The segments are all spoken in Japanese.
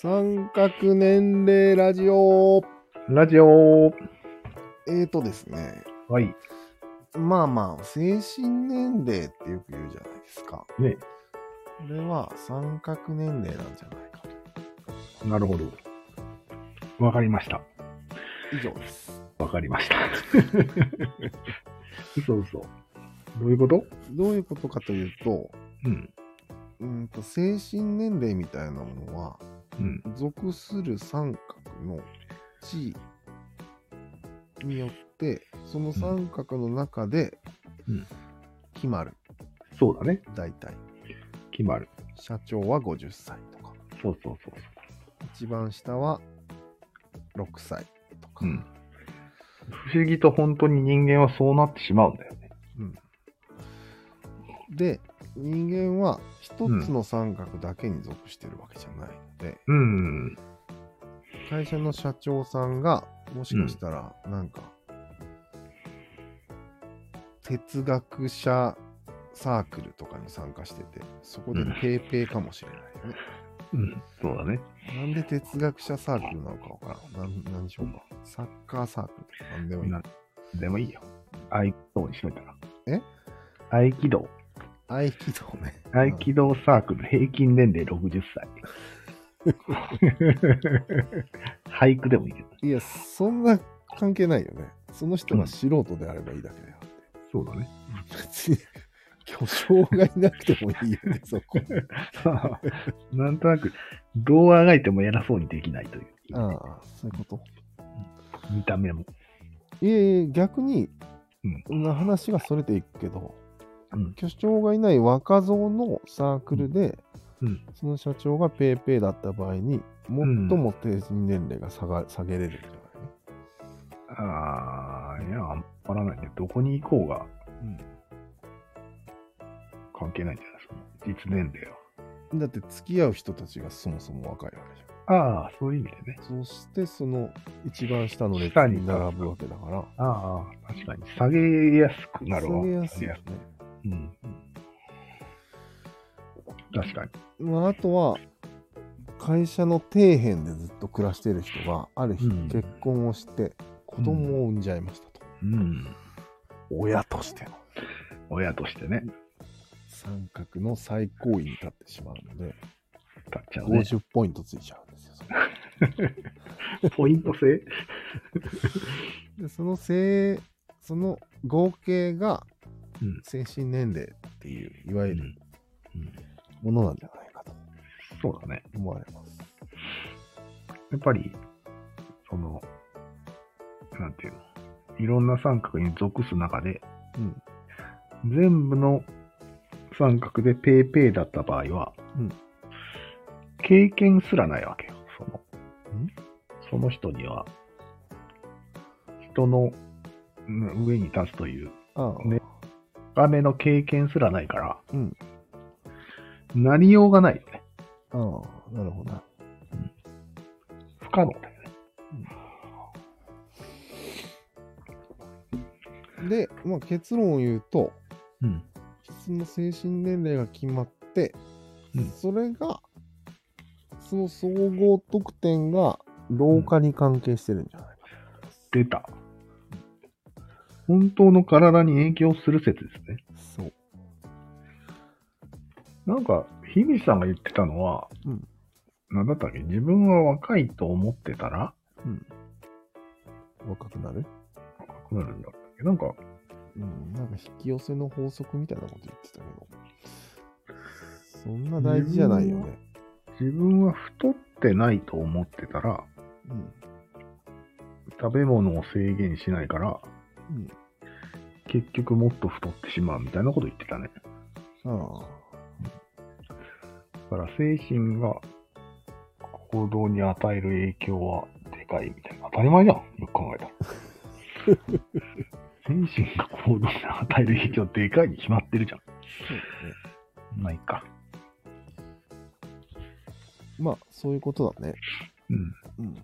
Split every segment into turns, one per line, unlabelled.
三角年齢ラジオ。
ラジオ
えーとですね。
はい。
まあまあ、精神年齢ってよく言うじゃないですか。
ね。
これは三角年齢なんじゃないかと。
なるほど。わかりました。
以上です。
わかりま した。嘘嘘。どういうこと
どういうことかというと、
うん。
うーんと、精神年齢みたいなものは、
うん。
属する三角の地位によって、その三角の中で
うん
決まる。
そうだね。
大体。
決まる。
社長は50歳とか。
そうそうそう。
一番下は6歳とか、
うん。不思議と本当に人間はそうなってしまうんだよね。
で人間は一つの三角だけに属してるわけじゃないので、
うん。
会社の社長さんがもしかしたらなんか、哲学者サークルとかに参加しててそこで
うん
ペーペーかもしれないよね、
うん。そうだね。
なんで哲学者サークルなのかわからんなん何でしょうかサッカーサークルとかなんでもいい
なでもいいよ。合気道にしといたら。
え
合気道。
合気道ね
合気道サークル平均年齢60歳。 俳句でもいいけど。
いや、そんな関係ないよね。その人が素人であればいいだけだよ。
そうだね。
別に、巨匠がいなくてもいいよね、そ こ。
さあ、 なんとなく、どうあがいても偉そうにできないという、
ああ、そういうこと。
見た目も。
いえいえ、逆に、な話がそれていくけど、
うん。
巨匠がいない若造のサークルで、
うん
その社長がペーペーだった場合に、最も定人年齢が下が下げれるんじゃない
ああ、いや、あんまらないね。どこに行こうが関係ないんじゃないですか。実年齢は。
うんだって付き合う人たちがそもそも若いわけじゃん。
ああ、そういう意味でね。
そしてその一番下の列
下に
に並ぶわけだから。
ああ、確かに。下げやすくなるわ。
下げやすいですね。
うん。確かに。
まあ、あとは、会社の底辺でずっと暮らしてる人が、ある日
うん
結婚をして、子供を産んじゃいましたと。
うん。
親としての
親としてね、
三角の最高位に立ってしまうので、
立っちゃうね。
50ポイントついちゃうんですよ。それ
ポイント制
でその性、その合計が
うん。
精神年齢っていう、いわゆる
うん
ものなんじゃないかと
そうだね。
思われます。
やっぱり、その、なんていうの、いろんな三角に属す中で、
うん。
全部の三角でペーペーだった場合は、
うん
経験すらないわけよ。その
ん、
その人には、人のうん上に立つという、
ああ、
ね画面の経験すらないから、
うん
なりようがないよね。
ああ、なるほど。
不可能だよね。
で、まあ、結論を言うと、
うん。
その精神年齢が決まって、
うん
それが、その総合得点が老化に関係してるんじゃないか
出た。本当の体に影響する説です
な。そ
ね。
う。
なんか、樋口さんが言ってたのは、
うん
なんだったっけ自分は若いと思ってたら、
若くなる
若くなるんだったっけなんか、
うん。なんか引き寄せの法則みたいなこと言ってたけど。そんな大事じゃないよね。
自分は太ってないと思ってたら、
うん。
食べ物を制限しないから、
うん。
結局もっと太ってしまうみたいなこと言ってたね。
あ
だから精神が行動に与える影響はでかいみたいな。当たり前じゃん。よく考えたら。精神が行動に与える影響でかいに決まってるじゃん。まあいいか。
あ。まあ、そういうことだね。
うん。
うん。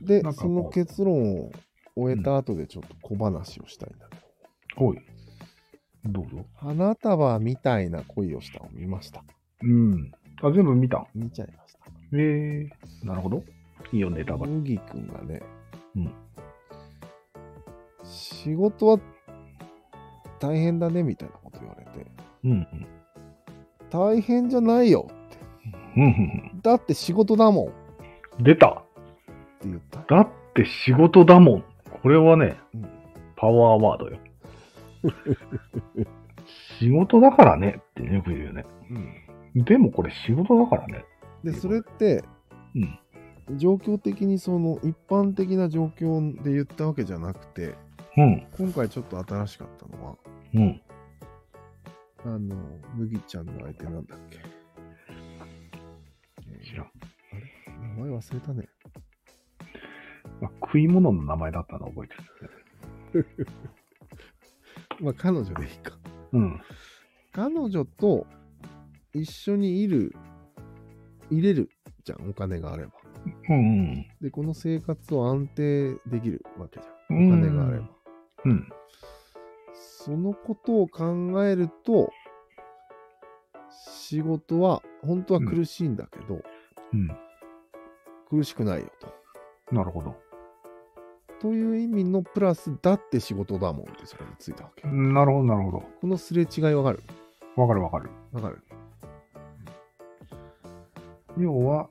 で
なん、か
そ
こう
の結論を終えた後でちょっと小話をしたいんだけど。
おい。どうぞ。
花束みたいな恋をしたを見ました。
うん。あ、全部見た。
見ちゃいました。
ええなるほど。いいよ、ネタバレ。
麦君がね、
うん
仕事は大変だねみたいなこと言われて、
うん。うん
大変じゃないよ。
うんうん
だって仕事だもんって
うん。出た。
言った。
だって仕事だもん。これはね、
うん
パワーワードよ。仕事だからねってよく言うよね。でもこれ仕事だからね。
で、それって、
うん
状況的にその一般的な状況で言ったわけじゃなくて、
うん。
今回ちょっと新しかったのは、
うん。
あの、麦ちゃんの相手なんだっけ。
知らん。
名前忘れたね。
まあ食い物の名前だったの覚えてる。
まあ、彼女でいいか。
うん。
彼女と一緒にいる、入れるじゃん、お金があれば。
うん
で、この生活を安定できるわけじゃ
うん
ん。お金があれば。
うん。うん。
そのことを考えると、仕事は本当は苦しいんだけど、
うん。
苦しくないよと。
なるほど。
という意味のプラス、だって仕事だもんってそれについたわけ。
なるほど、なるほ
このすれ違いわかる
ど。わかるわかる。
わかる
要は、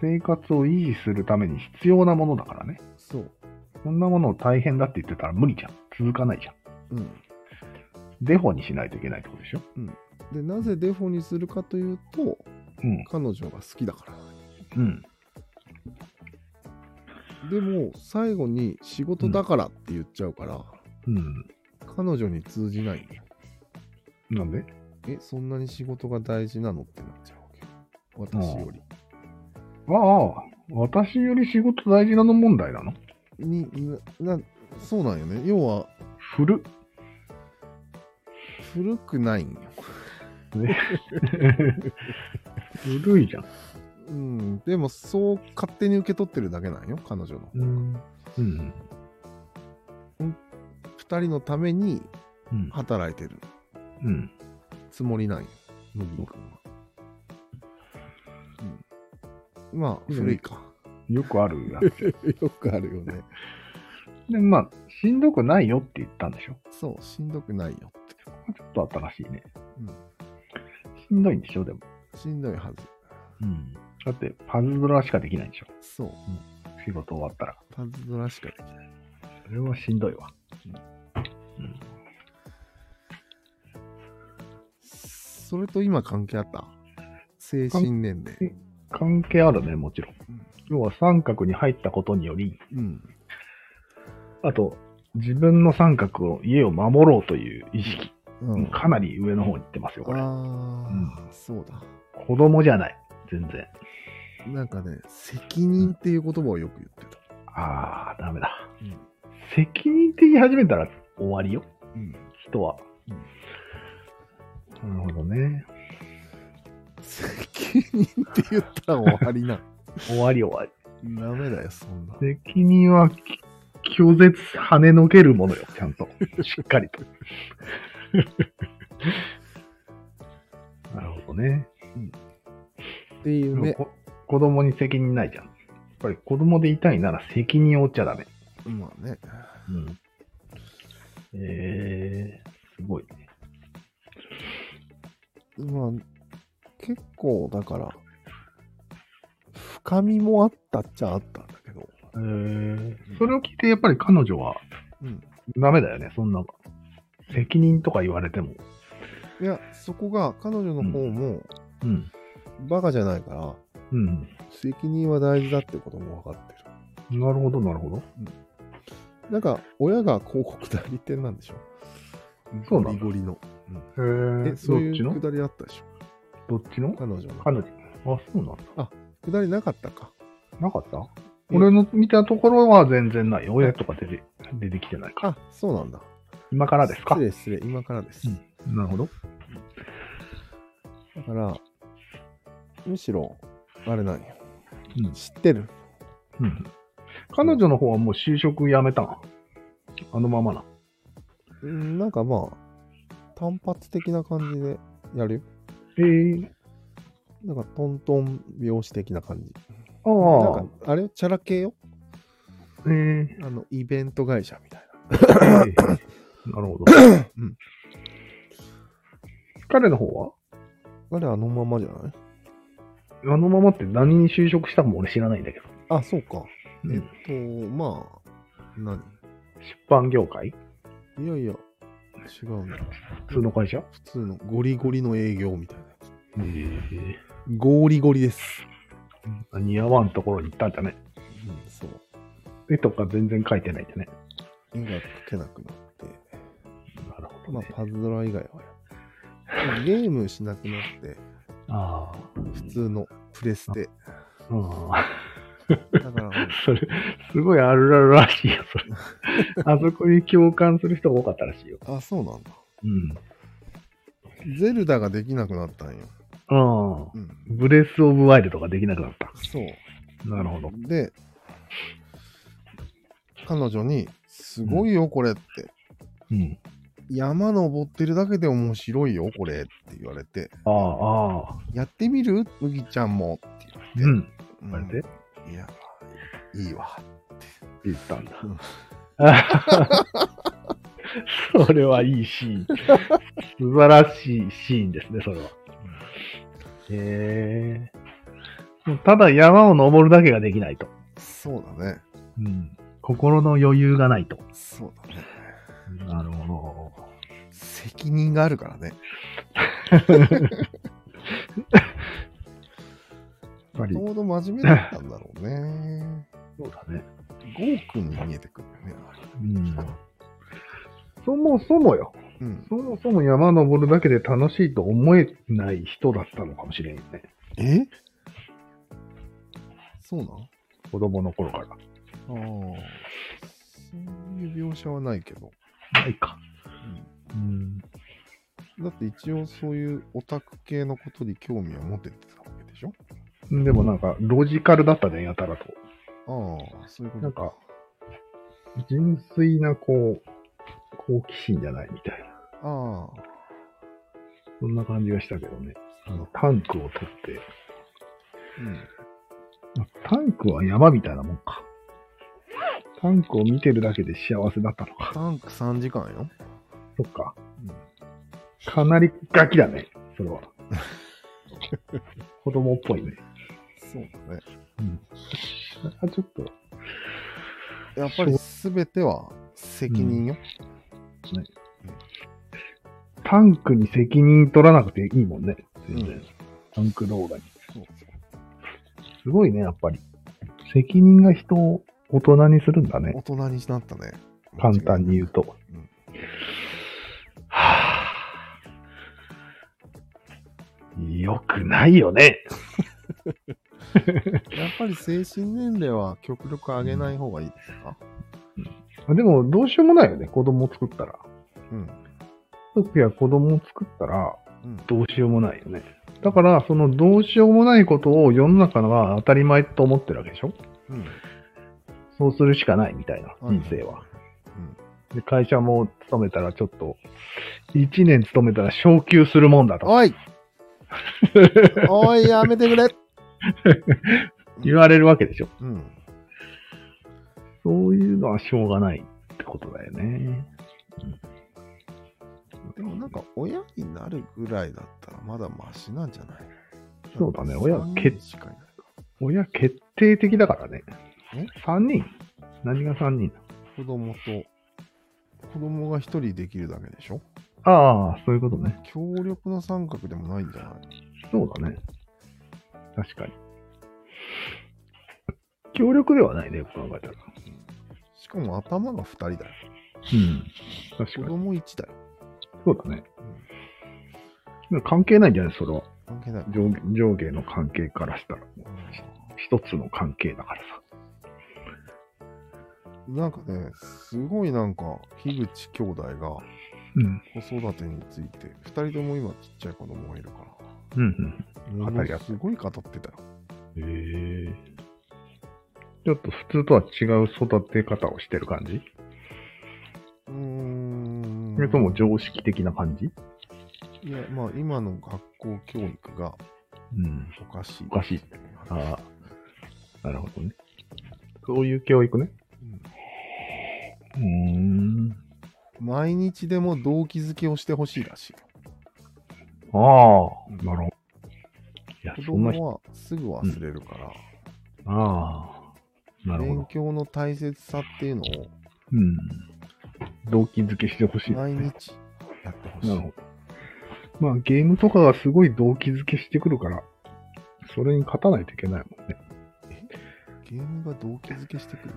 生活を維持するために必要なものだからね。
そう。
そんなものを大変だって言ってたら無理じゃん。続かないじゃん。
うん。
デフォにしないといけないってことでしょ
で、なぜデフォにするかというと、
うん。
彼女が好きだから。
うん。
でも、最後に仕事だからって言っちゃうから、
うん。
彼女に通じないんだよ。
なんで
え、そんなに仕事が大事なのってなっちゃうわけ。私より。
ああ、私より仕事大事なの問題なの
にななそうなんよね。要は、
古っ。
古くないんよ。
古いじゃん。
うん。でも、そう勝手に受け取ってるだけなんよ、彼女の。
うん。うん。
二人のために
うん。
働いてる
うん。
つもりなんよ、麦君は。うん、まあ、
うん
古いか。
よくあるや つ。
よくあるよね。
で、まあ、しんどくないよって言ったんでしょ
そう、しんどくないよって。
ちょっと新しいね。
うん
しんどいんでしょでも。
しんどいはず。
うん。だって、パズドラしかできないんでしょ
そう、
仕事終わったら。
パズドラしかできない。
それはしんどいわ。うん。
それと今関係あった精神年齢。
関係あるね、もちろん
うん。
要は三角に入ったことにより、
うん。
あと、自分の三角を、家を守ろうという意識。
うん、あ
かなり上の方に行ってますよ、これ。
あ、そうだ。
子供じゃない。全然。
なんかね、責任っていう言葉をよく言ってた。
あー、ダメだ。
うん
責任って言い始めたら終わりよ、
うん、
人は。なるほどね。
責任って言ったら終わりな。
終わり終わり。
ダメだよ、そんな。
責任はき拒絶跳ねのけるものよ、ちゃんと。 しっかりと。なるほどね。
っていうね。
こ子供に責任ないじゃん。やっぱり子供でいたいなら責任を負っちゃダメ。
まあね。
うん。えー、すごいね。
まあ、結構、だから、深みもあったっちゃあったんだけど。
えー、それを聞いてやっぱり彼女は
うん。
ダメだよね、そんな。責任とか言われても。
いや、そこが、彼女の方も、
うん。
バカじゃないから、
うん。
責任は大事だってことも分かってる。
なるほど、なるほど。
なんか、親が広告代理店なんでしょ
そう
ゴ
な
リ
の
ゴリの。
へ
え、そういうくだりあったでしょ
どっちの
彼女の。
彼女。あ、そうなんだ。
くだりなかったか。
なかった
え
俺の見たところは全然ない。親とか出て出てきてないか。
あ、そうなんだ。
今からですか
失礼、失礼。今からです。
うんなるほど。
だから、むしろ、あれなんよ。
うん
知ってる
うん。彼女の方はもう就職辞めたんあのままな。
うんなんかまあ、単発的な感じでやるよ。
えー、
なんかトントン拍子的な感じ。なん
ああ
か、あれよチャラ系よ
え ー、
あの、イベント会社みたい
ええなるほど。うん、彼の方は
な。あれあのままじゃない
あのままって何に就職したかも俺知らないんだけど。
あ、そうか。
う
え
ん
っと、まあ、何
出版業界
いやいや、違うな。
普通の会社
普通のゴリゴリの営業みたいなやつ。
ええ
ゴリゴリです。
似合わんところに行ったんじゃね
うん、そう。
絵とか全然描いてないんじゃね
絵が描けなくなって。
なるほど、
まあ
ね、。
パズドラ以外はや。ゲームしなくなって、
ああ。
普通のプレステ。
うん。
だからもう、
それ、すごいあるあるらしいよ、 それ。あそこに共感する人が多かったらしいよ。
あ、そうなんだ。
うん。
ゼルダができなくなったんよ。
ああ。
うん。
ブレス・オブ・ワイルドができなくなった。
そう。
なるほど。
で、彼女に、すごいよ、これって。
うん。
山登ってるだけで面白いよ、これって言われて。
ああ、ああ。
やってみる麦ちゃんもって
う
言われて。
ん。
うん
あれで
いや、いいわ。
言ったんだ
うん。
それはいいシーン。素晴らしいシーンですね、それは。へえ。もうただ山を登るだけができないと。
そうだね。
うん。心の余裕がないと。
そうだね。
なるほど。
責任があるからね。
やっぱ
ち
り、
ょうど真面目だったんだろうね。
そうだね。
ゴーくんに見えてくるよね。
うん。そもそもよ。
うん。
そもそも山登るだけで楽しいと思えない人だったのかもしれんよね。
えそうなん
子供の頃から。
ああ。そういう描写はないけど。
ないか。う
う
ん。
ん、だって一応そういうオタク系のことに興味を持ててたわけでしょ
でもなんか、ロジカルだったね、やたらと。
ああ、そういうこと。
なんか、純粋な、こう、好奇心じゃないみたいな。
ああ。
そんな感じがしたけどね。あの、タンクを取って、
うん。
まあタンクは山みたいなもんか。タンクを見てるだけで幸せだったのか。
タンク3時間よ。
そっか。
うん
かなりガキだね、それは。 子供っぽいね。
そうだね。
うん。あ、ちょっと、
やっぱり全ては責任よ。
タンクに責任取らなくていいもんね。全然。
うん
タンクローラーに。
そう
すごいね、やっぱり。責任が人を大人にするんだね。
大人になったね。
簡単に言うと。
うん
はぁ。よくないよね。
やっぱり精神年齢は極力上げない方がいいですか
でも、どうしようもないよね、子供を作ったら。
うん。
家族や子供を作ったら、
うん。
どうしようもないよね。だから、そのどうしようもないことを世の中が当たり前と思ってるわけでしょ
うん。
そうするしかないみたいな、人生は。で会社も勤めたらちょっと、1年勤めたら昇給するもんだと
おい おい、やめてくれ
言われるわけでしょ。
うん。
そういうのはしょうがないってことだよね。
でもなんか、親になるぐらいだったらまだマシなんじゃない
そうだね親は
三
け
人しかいないか。
親決定的だからね
え。
3人何が3人
子供と、子供が一人できるだけでしょ
だああ、そういうことね。
強力な三角でもないんじゃない
そうだね。確かに。協力ではないね、よく考えたら。
しかも頭が二人だよ。
うん。確
子
かに。
供一だよ。
そうだね。関係ないんじゃないそれは。
関係ない。
上上下の関係からしたら。一つの関係だからさ。
なんかね、すごいなんか、樋口兄弟が、
うん。
子育てについて、2人とも今ちっちゃい子供がいるか
うん、
ら、も
語り合
の
って
すごい語ってたよ。
うん。へえ。ちょっと普通とは違う育て方をしてる感じ
うーん。
それとも常識的な感じ
いや、まあ今の学校教育が
うん。
おかしい。
おかしい。ああ。なるほどね。そういう教育ね。
うん
うーん。
毎日でも動機づけをしてほしいらしいよ。
ああ
うん。
なるほど。いや、
子
そんな人。
供はすぐ忘れるから、
ああ。なるほ
勉
ど。
強の大切さっていうのを
うん。動機づけしてほしいです
毎
ね。
日やってほしい。
なるほど。まあゲームとかがすごい動機づけしてくるから、それに勝たないといけないもんね。
ゲームが動機づけしてくる。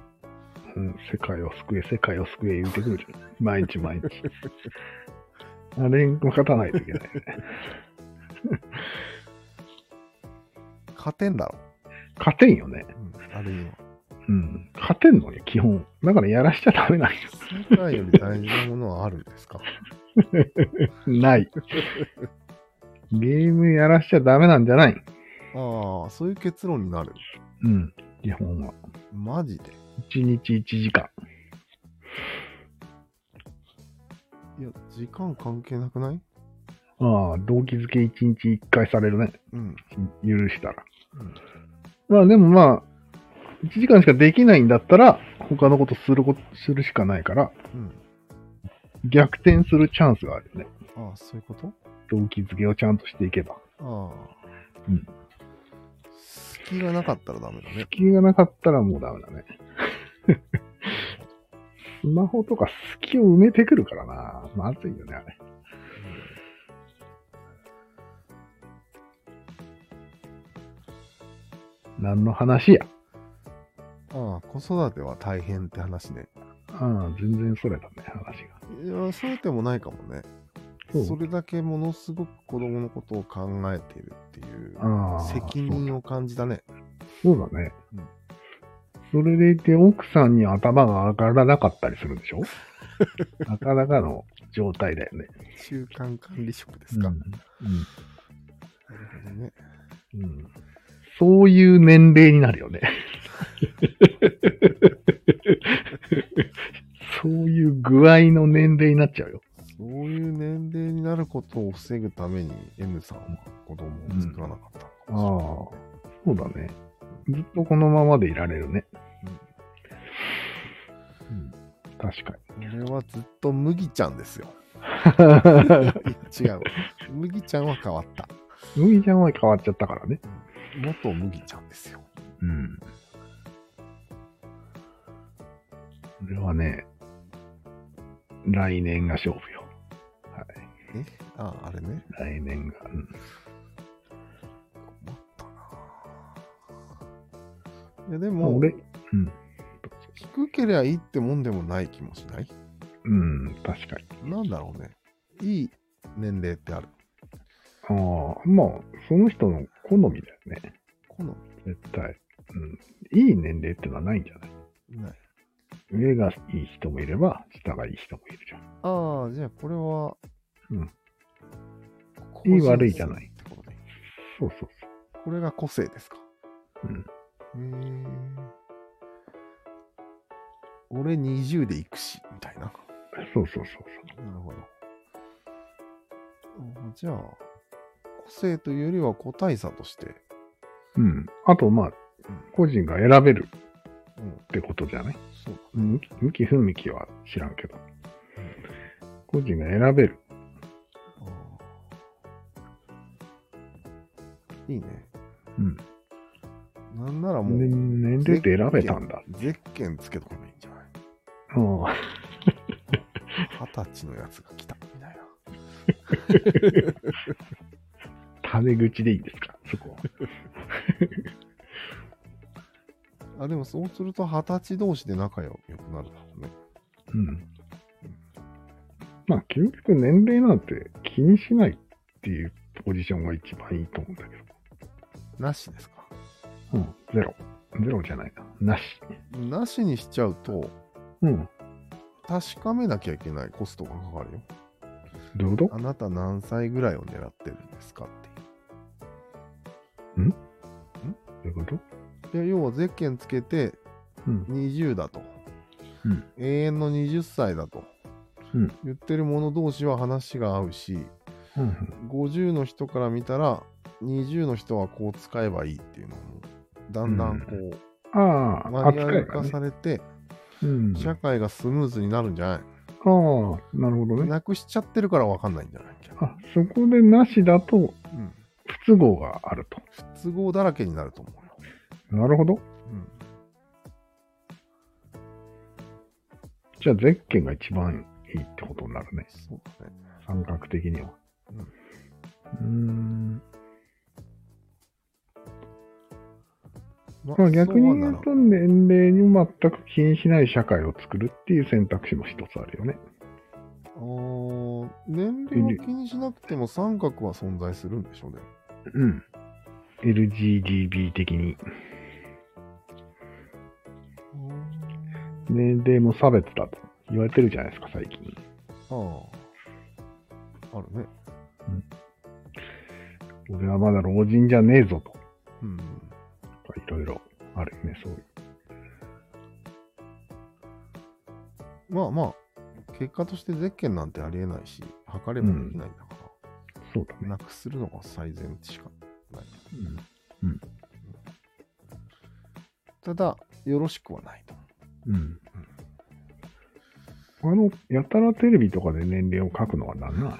うん、世界を救え、世界を救え言うてくるじゃん。毎日 毎日。あれに勝たないといけない。
勝てんだろ。
勝てんよね。
うん、あるいは。
うん。勝てんのよ、基本。だからやらしちゃダメなんよ。
世界より大事なものはあるんですか
ない。ゲームやらしちゃダメなんじゃない
ああ、そういう結論になる。
うん。基本は。
マジで。
1日1時間。
いや、時間関係なくない
ああ、動機づけ1日1回されるね。
うん。
許したら。
うん
まあでもまあ、1時間しかできないんだったら、他のことすること、するしかないから、
うん。
逆転するチャンスがあるよね。
ああ、そういうこと
動機づけをちゃんとしていけば。
ああ。
うん。
隙がなかったらダメだね。
隙がなかったらもうダメだね。 スマホとか隙を埋めてくるからな。まずいよね、あれ。何の話や。
ああ、子育ては大変って話ね。
ああ、全然それだね、話が。
いや、そうでもないかもね。
そう
それだけものすごく子供のことを考えているっていう
ああ
責任を感じたね。
そうだね
うん。
それでいて奥さんに頭が上がらなかったりするで しょなかなかの状態だよね。
中間管理職ですか。
うん
なるほどね。
うんうんそういう年齢になる よね。そういう具合の年齢になっちゃうよ。
そういう年齢になることを防ぐために N さんは子供を作らなかった
ああ
のか、
そうだね。ずっとこのままでいられるね。うん確か
もしれない。俺はずっと麦ちゃんですよ。
に。
違う。麦ちゃんは変わった。
麦ちゃんは変わっちゃったからね。
元麦ちゃんですよ。
うん。それはね、来年が勝負よ。はい。
えああ、あれね。
来年が。うん
困ったなぁいや、で
まあ
も、
俺、うん。
低けりゃいいってもんでもない気もしない
うん、確かに。
なんだろうね。いい年齢ってある。
ああ、まあ、その人の好みだよね。
好み
絶対。うん。いい年齢ってのはないんじゃない
ない。
上がいい人もいれば、下がいい人もいるじゃん。
ああ、じゃあこれは、
うん
個人
いい悪いじゃない
差ってことね。
そうそう
これが個性ですか。
そう。うん。
へえ。俺20で行くし、みたいな。
そうそうそうそう。
なるほど。あじゃあ、個性というよりは個体差として、
うん。あと、まあ、個人が選べる
うん、
ってことじゃない
そうだね。
向き向き不向きは知らんけど。個人が選べる。
あーいいね。
うん。
なんならもう、
ね年齢って選べたんだ。
ゼッケン。ゼッケンつけとかないいんじゃない
うん。
二十歳のやつが来た、みたいな。
タメ口でいいんですかそこは。
あ、でもそうすると二十歳同士で仲良くなるだろうね。
うん。まあ、究極年齢なんて気にしないっていうポジションが一番いいと思うんだけど。
なしですか。
うん。ゼロ。ゼロじゃないな。なし。
なしにしちゃうと、
うん。
確かめなきゃいけないコストがかかるよ。
どういうこと
あなた何歳ぐらいを狙ってるんですかっていう
どういうこと。
で要はゼッケンつけて
うん。
20だと。
うん
永遠の20歳だと。
うん
言ってる者同士は話が合うし、
うんうん。
50の人から見たら20の人はこう使えばいいっていうのもだんだんこう
ああ、
マニュア
扱い
ル
が
化
ね。
されて
うん。あ
社会がスムーズになるんじゃない
あ、なるほどね。
なくしちゃってるから分かんないんじゃないか
あ、そこでなしだと
うん、
不都合があると。
不都合だらけになると思うよ、
なるほど。
うん、
じゃあ、ゼッケンが一番いいってことになるね。
そうだね
感覚的には。うーん。
ま
まあ逆に言う
そ
と
はなら
年齢に全く気にしない社会を作るっていう選択肢も一つあるよね。
あー年齢を気にしなくても三角は存在するんでしょうね
うん。LGDB 的に。年齢も差別だと言われてるじゃないですか、最近。
あああるね
俺はまだ老人じゃねえぞと
うん
か、いろいろあるよね、そういう。
まあまあ結果としてゼッケンなんてありえないし測れもできないんだから、
そうだね。
なくするのが最善しかない。ただ、よろしくはないと。
うん。うん。あの、やたらテレビとかで年齢を書くのは何なの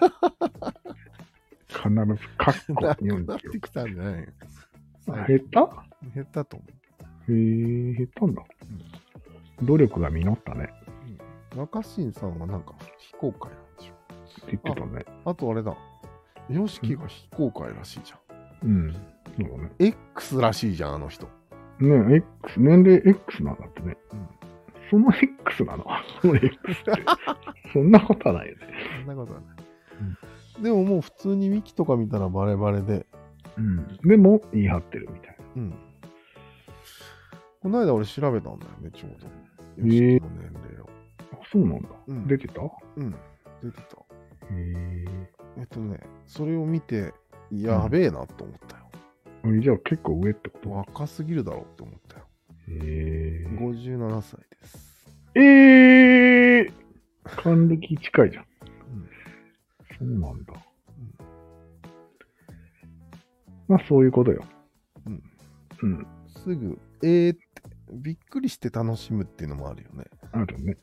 必ずカッコ
なく
40
なってきたんじゃない
あ
減
減った
ったと思
へえ、減ったんだ。努力が実ったね。
う。若新さんはなんか非公開なんでしょ。
って言ってたね。
あとあれだ。ヨシキが非公開らしいじゃん。
うん。そうだね。
X らしいじゃん、あの人。
ね X、年齢 X なんだってね。
うん
その X なの その X って。そんなことはないよね。
そんなことはない。でももう普通にウィキとか見たらバレバレで。
うん。でも、言い張ってるみたいな。
うん。この間俺調べたんだよね、ちょうど。
へ
ヨシ
え
キの年齢を。
あそうなんだ。
うん
出てたへ
うん。出てた。
え。
えっとね、それを見て、やべえなと思ったよ。
あじゃあ結構上ってこと
若すぎるだろうって思ったよ。
へ
57歳です。
え。えー、還暦近いじゃ
う
ん。
ん
そうなんだ。まあそういうことよ。
うん。
うん。
すぐ、えーって、びっくりして楽しむっていうのもあるよね。
あるね。